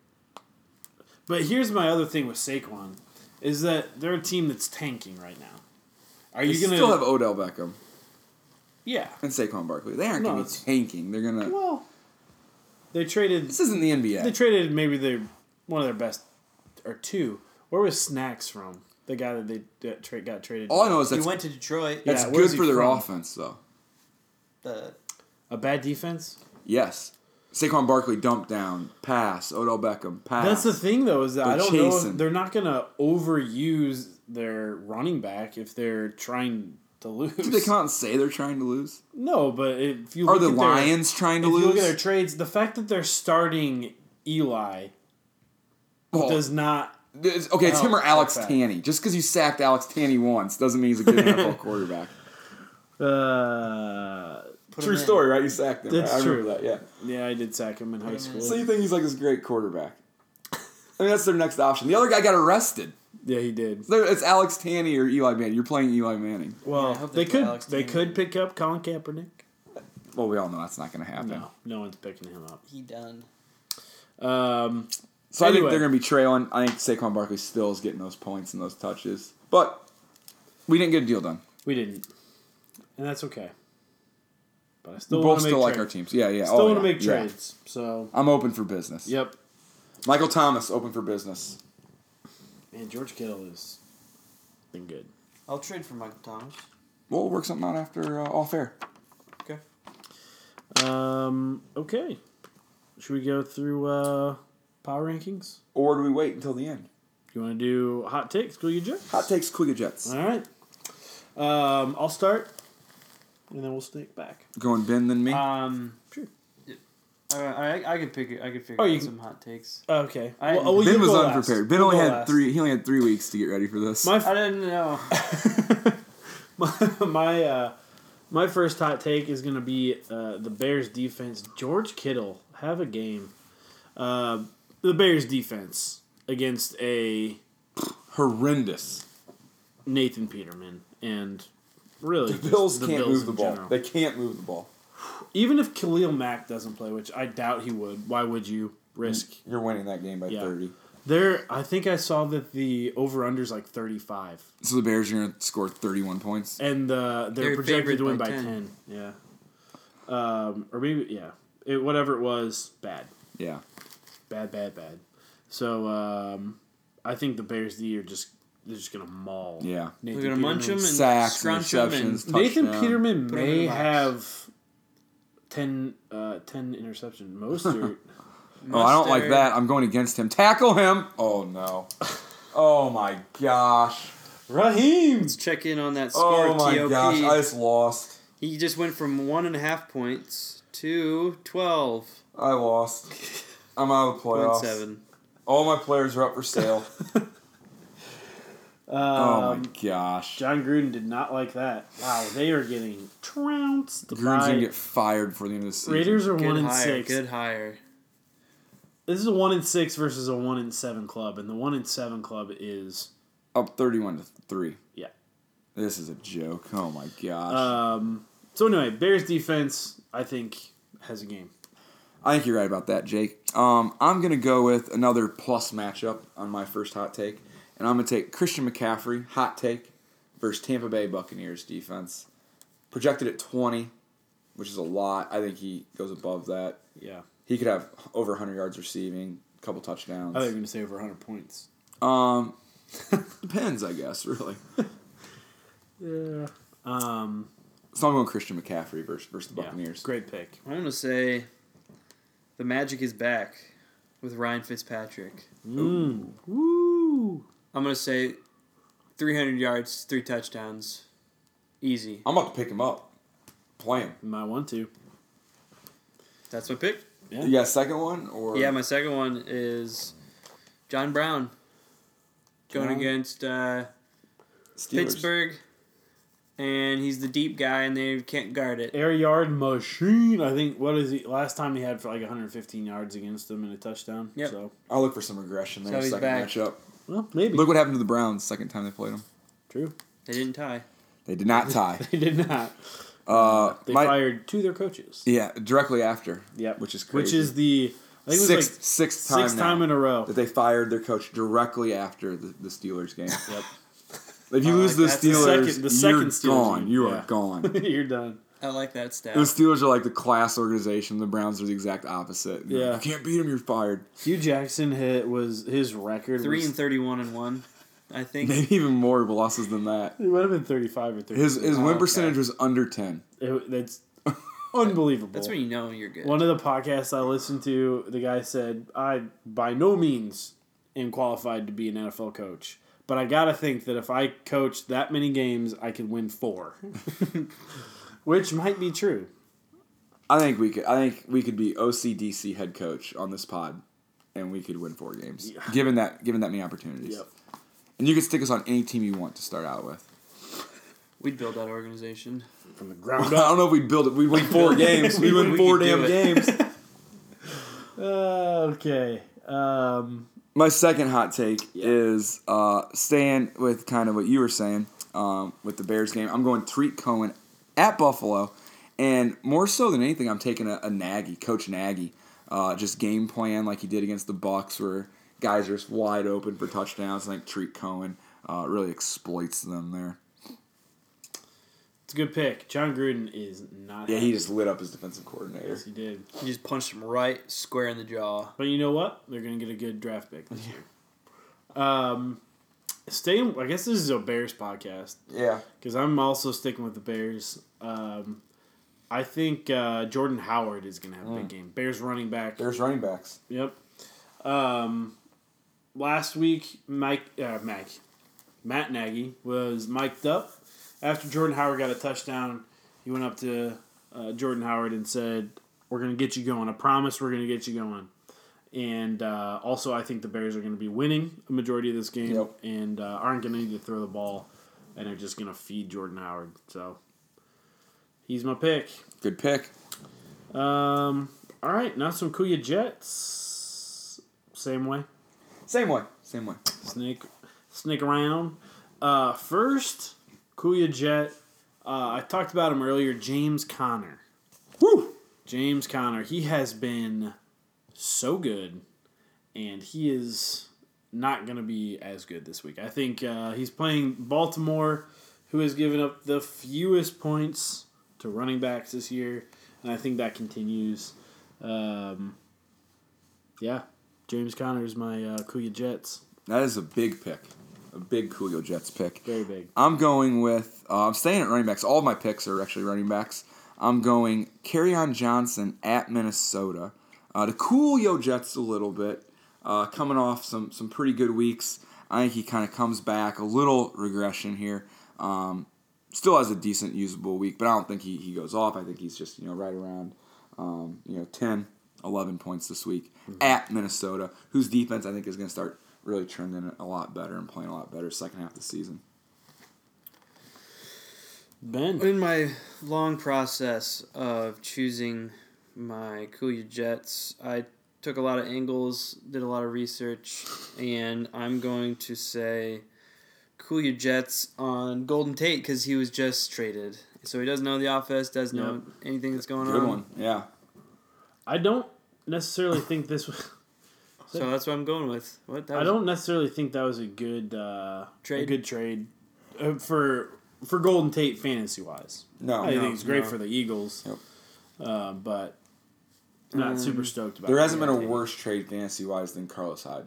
But here's my other thing with Saquon, is that they're a team that's tanking right now. Are You you gonna still have Odell Beckham Yeah. and Saquon Barkley. They aren't No, going to it's- be tanking. They're going to. Well, they traded. This isn't the NBA. They traded maybe their one of their best or two. Where was Snacks from? The guy that they got, tra- got traded. All I know is You that's, went to Detroit. Yeah. that's where's good he for their from? offense, though. The, a bad defense. Yes. Saquon Barkley dump down, pass. Odell Beckham pass. That's the thing, though, is that I They're don't know. If chasing. they're not gonna overuse their running back if they're trying to lose. Did they come out and say they're trying to lose? No, but if you Are look the at their- Lions trying to if you lose? look at their trades, the fact that they're starting Eli Oh. Well, does oh, not. Oh, it's- okay, it's No, him or fuck Alex that. Tanny. Just because you sacked Alex Tanny once doesn't mean he's a good NFL quarterback. Uh, put True him in. story, right? You sacked him. right? That's I remember true. that. Yeah. yeah, I did sack him in high school. So you think he's like this great quarterback? I mean, that's their next option. The other guy got arrested. Yeah, he did. So It's Alex Tanny or Eli Manning. You're playing Eli Manning. Well, Yeah, I hope they they play could Alex they Taney. could pick up Colin Kaepernick. Well, we all know that's not going to happen. No, no one's picking him up. He done. Um, So I Anyway. think they're going to be trailing. I think Saquon Barkley still is getting those points and those touches. But we didn't get a deal done. we didn't, and that's okay. But I We still both want to still make like our trades. teams. Yeah, yeah. Still Oh, want to yeah. make Yeah. trades. So I'm open for business. yep, Michael Thomas, open for business. man, George Kittle is been good. I'll trade for Michael Thomas. We'll work something out after uh, all fair. Okay. Um, okay, should we go through uh, power rankings? Or do we wait until the end? You want to do hot takes? Cool, you Jets. Hot takes, Quiga Jets. All right. Um, I'll start, and then we'll sneak back. Going Ben than Uh, me. Um. Sure. All right, I, I could pick. it- I could figure Oh, you out can- some hot takes. Okay. I- you ben was go last. unprepared. Ben You only go had last. three. He only had three weeks to get ready for this. My I didn't know. my my, uh, my first hot take is going to be uh, the Bears defense. George Kittle have a game. Uh, the Bears defense against a Horrendous. Nathan Peterman and really just The Bills can't move in the ball. general. They can't move the ball. Even if Khalil Mack doesn't play, which I doubt he would, why would you risk? You're winning that game by Yeah. thirty. There, I think I saw that the over unders like thirty five, So the Bears are going to score 31 points. and uh, they're, They're projected favored to win by by ten. 10. Yeah, um, or maybe yeah, it, whatever it was, bad, Yeah. bad, bad, bad. So um, I think the Bears of the year just they're just gonna maul. Yeah. We're gonna munch them and Sacks and scrunch them and interceptions. Nathan touchdown. Peterman Put him in may the box. have 10, uh, 10 interception. Mostert. Oh, I don't like Mustard. that. I'm going against him. Tackle him. Oh no. Oh my gosh. Raheem! Let's check in on that score. Oh my TOP. gosh. I just lost. He just went from one and a half points to twelve I lost. I'm out of the point playoffs. seven. All my players are up for sale. oh my Um, gosh. John Gruden did not like that. Wow, they are getting trounced. Gruden's by- gonna get fired before the end of the season. Raiders are Good one and hire. six. Good hire. This is a one and six versus a one and seven club, and the one and seven club is up 31 to three. yeah. This is a joke. Oh my gosh. Um, so anyway, Bears defense I think has a game. I think you're right about that, Jake. Um, I'm going to go with another plus matchup on my first hot take, and I'm going to take Christian McCaffrey, hot take, versus Tampa Bay Buccaneers defense. Projected at 20, which is a lot. I think he goes above that. Yeah, He could have over 100 yards receiving, a couple touchdowns. I thought you were going to say over hundred points. Um, depends, I guess, really. Yeah. Um. So I'm going Christian McCaffrey versus, versus the yeah. Buccaneers. Great pick. I want to say the magic is back with Ryan Fitzpatrick. Mm. Woo. I'm gonna say 300 yards, three touchdowns, easy. I'm about to pick him up, play him. Might want to. That's my pick. Yeah. You got a second one? or Yeah, my second one is John Brown going John? against uh, Steelers. Pittsburgh, and he's the deep guy, and they can't guard it. Air yard machine. I think what is he? Last time he had for like 115 yards against them and a touchdown. Yep. So I'll look for some regression there. So he's second back. matchup. well, maybe Look what happened to the Browns second time they played them. true. They didn't tie. They did not tie. They did not. Uh, They my- fired two of their coaches. yeah, directly after. Yep. which is Which crazy. is the I think it was sixth like sixth time sixth time now in a row. that they fired their coach directly after the, the Steelers game. Yep. If you Uh, lose the that's the Steelers, second- Oh, the you're second Steelers gone. game. You Yeah. are gone. And You're done. I like that stat. the Steelers are like the class organization. The Browns are the exact opposite. You're like, Yeah. you can't beat them. You're fired. Hugh Jackson hit was his record Three was- and 31 and one, I think. Maybe even more losses than that. It would have been 35 or 30. His his win okay. percentage was under ten. It- that's unbelievable. That's when you know you're good. One of the podcasts I listened to, the guy said, I by no means am qualified to be an NFL coach. But I gotta think that if I coach that many games, I can win four, which might be true. I think we could. I think we could be OCDC head coach on this pod, and we could win four games. Yeah. Given that, given that many opportunities, and you could stick us on any team you want to start out with. We'd build that organization. from the ground I up. don't know if we'd build it. We'd win four games. We'd win We four could do damn it. games. Uh, okay. Um, My second hot take is uh, staying with kind of what you were saying um, with the Bears game. I'm going Tariq Cohen at Buffalo, and more so than anything, I'm taking a, a Nagy, Coach Nagy, uh, just game plan like he did against the Bucks, where guys are just wide open for touchdowns. I think Tariq Cohen uh, really exploits them there. it's a good pick. John Gruden is not. Yeah, he happy. just lit up his defensive coordinator. Yes, he did. You just punch him right square in the jaw. But you know what? They're gonna get a good draft pick this year. Um, staying. I guess this is a Bears podcast Yeah, because I'm also sticking with the Bears. Um, I think uh, Jordan Howard is gonna have a big game. Bears running back. there's running backs. Yep. Um, last week, Mike, uh, Mike, Matt Nagy was mic'd up after Jordan Howard got a touchdown. He went up to uh, Jordan Howard and said, "We're gonna get you going. I promise, we're gonna get you going." And uh, also, I think the Bears are gonna be winning a majority of this game Yep. and uh, aren't gonna need to throw the ball, and are just gonna feed Jordan Howard. So he's my pick. Good pick. Um. All right, now some Kuya Jets. Same way, Same way. Same way. snake, snake around. Uh, first Kuya Jet. Uh, I talked about him earlier. James Connor. Woo! James Connor. He has been so good, and he is not going to be as good this week. I think uh, he's playing Baltimore, who has given up the fewest points to running backs this year, and I think that continues. Um, yeah, James Conner is my uh, Kuya Jets. That is a big pick, a big Coolio Jets pick. Very big. I'm going with. Uh, I'm staying at running backs. All of my picks are actually running backs. I'm going on Johnson at Minnesota uh, to cool Yo Jets a little bit. Uh, coming off some some pretty good weeks, I think he kind of comes back a little regression here. Um, still has a decent usable week, but I don't think he, he goes off. I think he's just you know right around um, you know 10, 11 points this week at Minnesota, whose defense I think is going to start really trending a lot better and playing a lot better second half of the season. Ben, In my long process of choosing my Kuya Jets, I took a lot of angles, did a lot of research, and I'm going to say Kuya Jets on Golden Tate because he was just traded. So he doesn't know the office, doesn't know anything that's going Um, Good on. one. Yeah. I don't necessarily think this. Was, So that's what I'm going with. What that I was- don't necessarily think that was a good uh, A Trade. good trade uh, for for Golden Tate fantasy wise. No. I Oh, no. think it's great no. for the Eagles, Yep. Mm. uh, but not Um, super stoked about. There it. hasn't been a Yeah. worse trade fantasy wise than Carlos Hyde.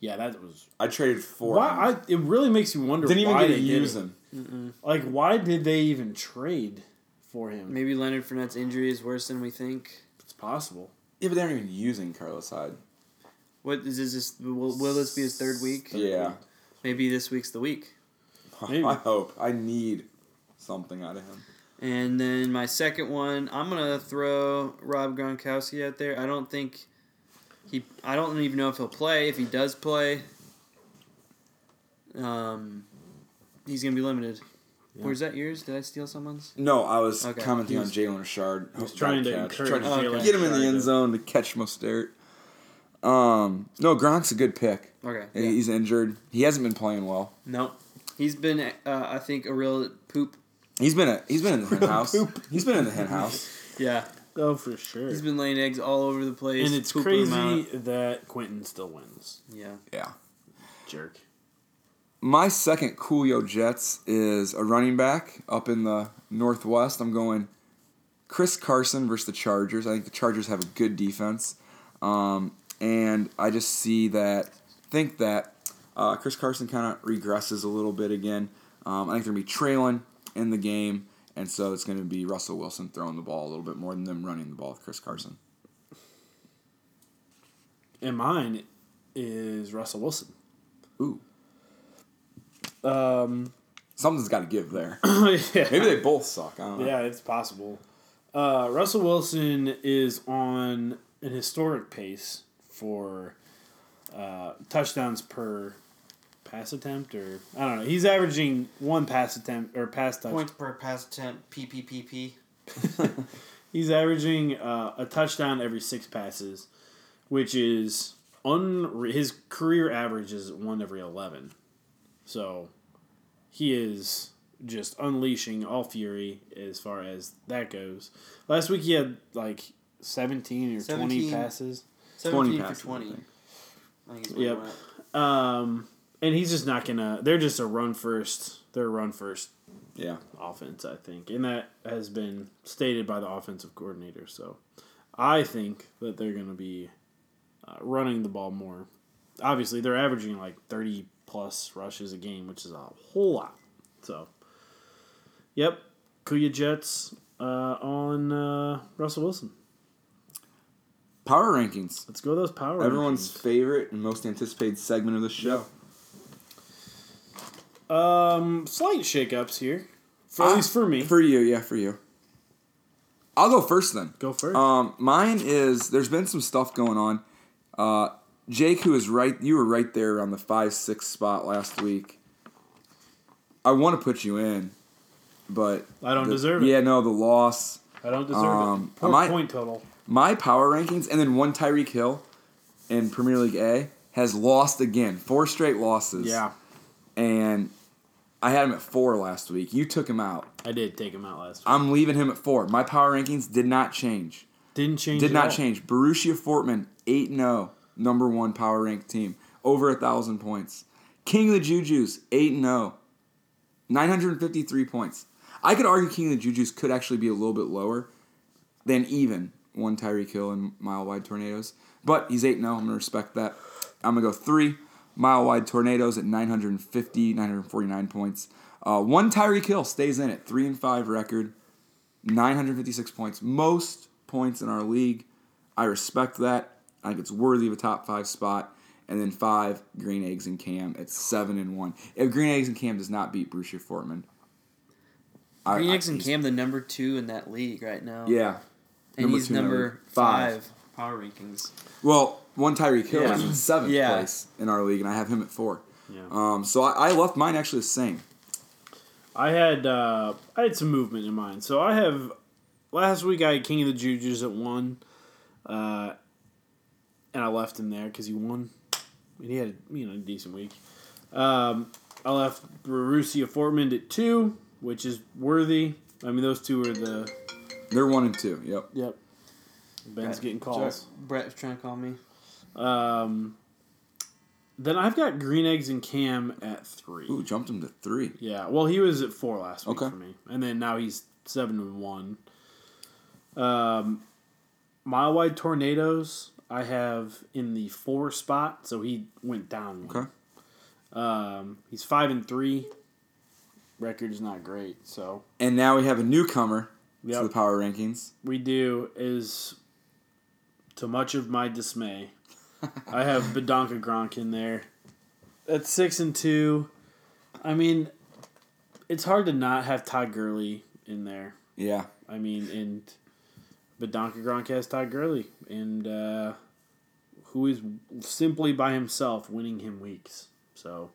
Yeah, that was. I traded four. Why, I, it really makes you wonder. didn't even why get to they did use it. him. Like, why did they even trade for him? Maybe Leonard Fournette's injury is worse than we think. It's possible. Yeah, but they aren't even using Carlos Hyde. What is this? this will, will this be his third week? Yeah. Maybe this week's the week. Maybe. I hope. I need something out of him. And then my second one, I'm gonna throw Rob Gronkowski out there. I don't think he. I don't even know if he'll play. If he does play, um, he's gonna be limited. Yeah. Where's that yours? Did I steal someone's? No, I was Okay. commenting He on was- Jalen Richard. He was trying to encourage trying to Jalen get him in Richard the end to- zone to catch Mostert. Um, no, Gronk's a good pick. Okay. He- He's injured. He hasn't been playing well. No, he's been. Uh, I think a real poop. He's been a, he's been in the hen house. He's been in the hen house. Yeah, Oh, for sure. he's been laying eggs all over the place. and it's pooping crazy 'em out. that Quentin still wins. Yeah. Yeah. Jerk. My second Coolio Jets is a running back up in the Northwest. I'm going Chris Carson versus the Chargers. I think the Chargers have a good defense. Um, and I just see that, think that uh, Chris Carson kind of regresses a little bit again. Um, I think they're going to be trailing in the game. And so it's going to be Russell Wilson throwing the ball a little bit more than them running the ball with Chris Carson. And mine is Russell Wilson. Ooh, Um, something's got to give there. yeah. Maybe they both suck. I don't know. Yeah, it's possible. Uh, Russell Wilson is on an historic pace for uh, touchdowns per pass attempt, or I don't know. He's averaging one pass attempt or pass touch. Points per pass attempt. PPPP. He's averaging uh, a touchdown every six passes, which is unre- his career average is one every eleven. So he is just unleashing all fury as far as that goes. Last week he had like seventeen or twenty 17. passes. 17 for passes, I 20. think. I think is what Yep. he went. Um, and he's just not gonna. They're just a run first. They're a run first Yeah. offense, I think, and that has been stated by the offensive coordinator. So, I think that they're going to be uh, running the ball more. Obviously, they're averaging like thirty plus rushes a game, which is a whole lot. So, yep, Kuya Jets uh, on uh, Russell Wilson. Power rankings. Let's go those power. Everyone's rankings. favorite and most anticipated segment of the show. um slight shakeups here, for, Ah, at least for me. For you, yeah, for you. I'll go first then. go first. Um, mine is there's been some stuff going on. Uh, Jake, who is right, you were right there on the five six spot last week. I want to put you in, but I don't the- deserve it. Yeah, no, the loss. I don't deserve um, it. Poor my- point total. my power rankings, and then one Tyreek Hill in Premier League A has lost again, four straight losses. Yeah, and I had him at four last week. You took him out. I did take him out last. week. I'm leaving him at four. My power rankings did not change. Didn't change. at Did not all. change. Borussia Fortman, 8 0, number one oh, power ranked team. over a thousand points. King of the Juju's eight and oh. zero. 953 points. I could argue King of the Juju's could actually be a little bit lower than even one Tyreek Hill and mile wide tornadoes, but he's 8 0. I'm going to respect that. I'm going to go three mile wide tornadoes at 950, 949 points. Uh, one Tyreek Hill stays in at 3 and 5 record, 956 points. Most points in our league. I respect that. I think it's worthy of a top five spot. And then five, Green Eggs and Cam at seven and one. If Green Eggs and Cam does not beat Brucia Foreman, I- Green I- Eggs and Cam, the number two in that league right now. yeah. and number he's two in our number league. five. Five. power rankings. Well, one Tyreek Hill Yeah. is in seventh Yeah. place in our league, and I have him at four. Yeah. Um, so I, I left mine actually the same. I had uh, I had some movement in mind. So I have last week I had King of the Juju's at one, uh, and I left him there because he won, and he had you know a decent week. Um, I left Borussia Fortman at two, which is worthy. I mean those two are the They're one and two. Yep. yep. Ben's Brett- getting calls. Brett's trying to call me. Um, then I've got Green Eggs and Cam at three. Ooh, jumped him to three. Yeah, well, he was at four last week Okay. for me, and then now he's seven and one. Um, mile wide tornadoes. I have in the four spot, so he went down. one. Okay. Um, he's five and three. Record is not great, so And now we have a newcomer Yep. to the power rankings. we do is to much of my dismay. I have Badonka Gronk in there. At six and two, I mean, it's hard to not have Todd Gurley in there. Yeah. I mean, and but Donkey Gronk has Todd Gurley, and uh, who is simply by himself winning him weeks. So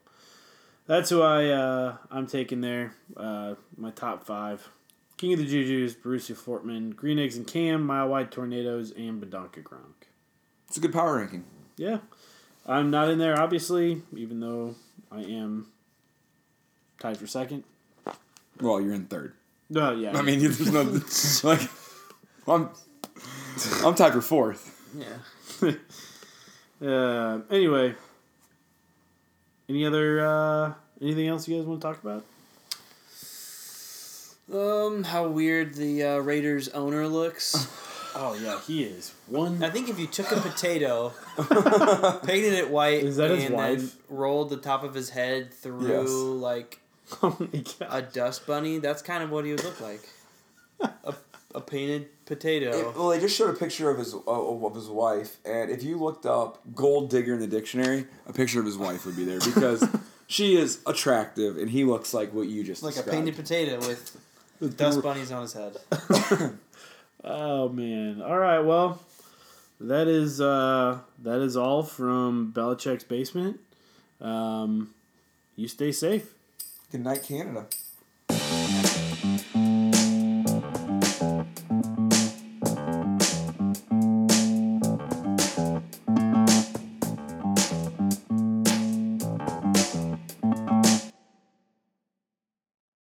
that's who I uh, I'm taking there. Uh, my top five: King of the Juju's, Borussia Fortman, Green Eggs and Cam, Mile Wide Tornadoes, and Badonka Gronk. It's a good power ranking. Yeah, I'm not in there obviously, even though I am tied for second. Well, you're in third. Oh yeah, I mean, there's no like. I'm I'm tied for fourth. Yeah. Uh, anyway, any other uh, anything else you guys want to talk about? Um, how weird the uh, Raiders owner looks. Oh yeah, he is one. I think if you took a potato, painted it white, Is that his and then wife? rolled the top of his head through Yes. like oh my god. a dust bunny, that's kind of what he would look like. a, a painted It- potato. well, they just showed a picture of his uh, of of his wife, and if you looked up "gold digger" in the dictionary, a picture of his wife would be there because she is attractive, and he looks like what you just Like a described. painted potato with dust bunnies on his head. Oh man. All right. Well, that is uh, that is all from Belichick's basement. Um, you stay safe. Good night, Canada.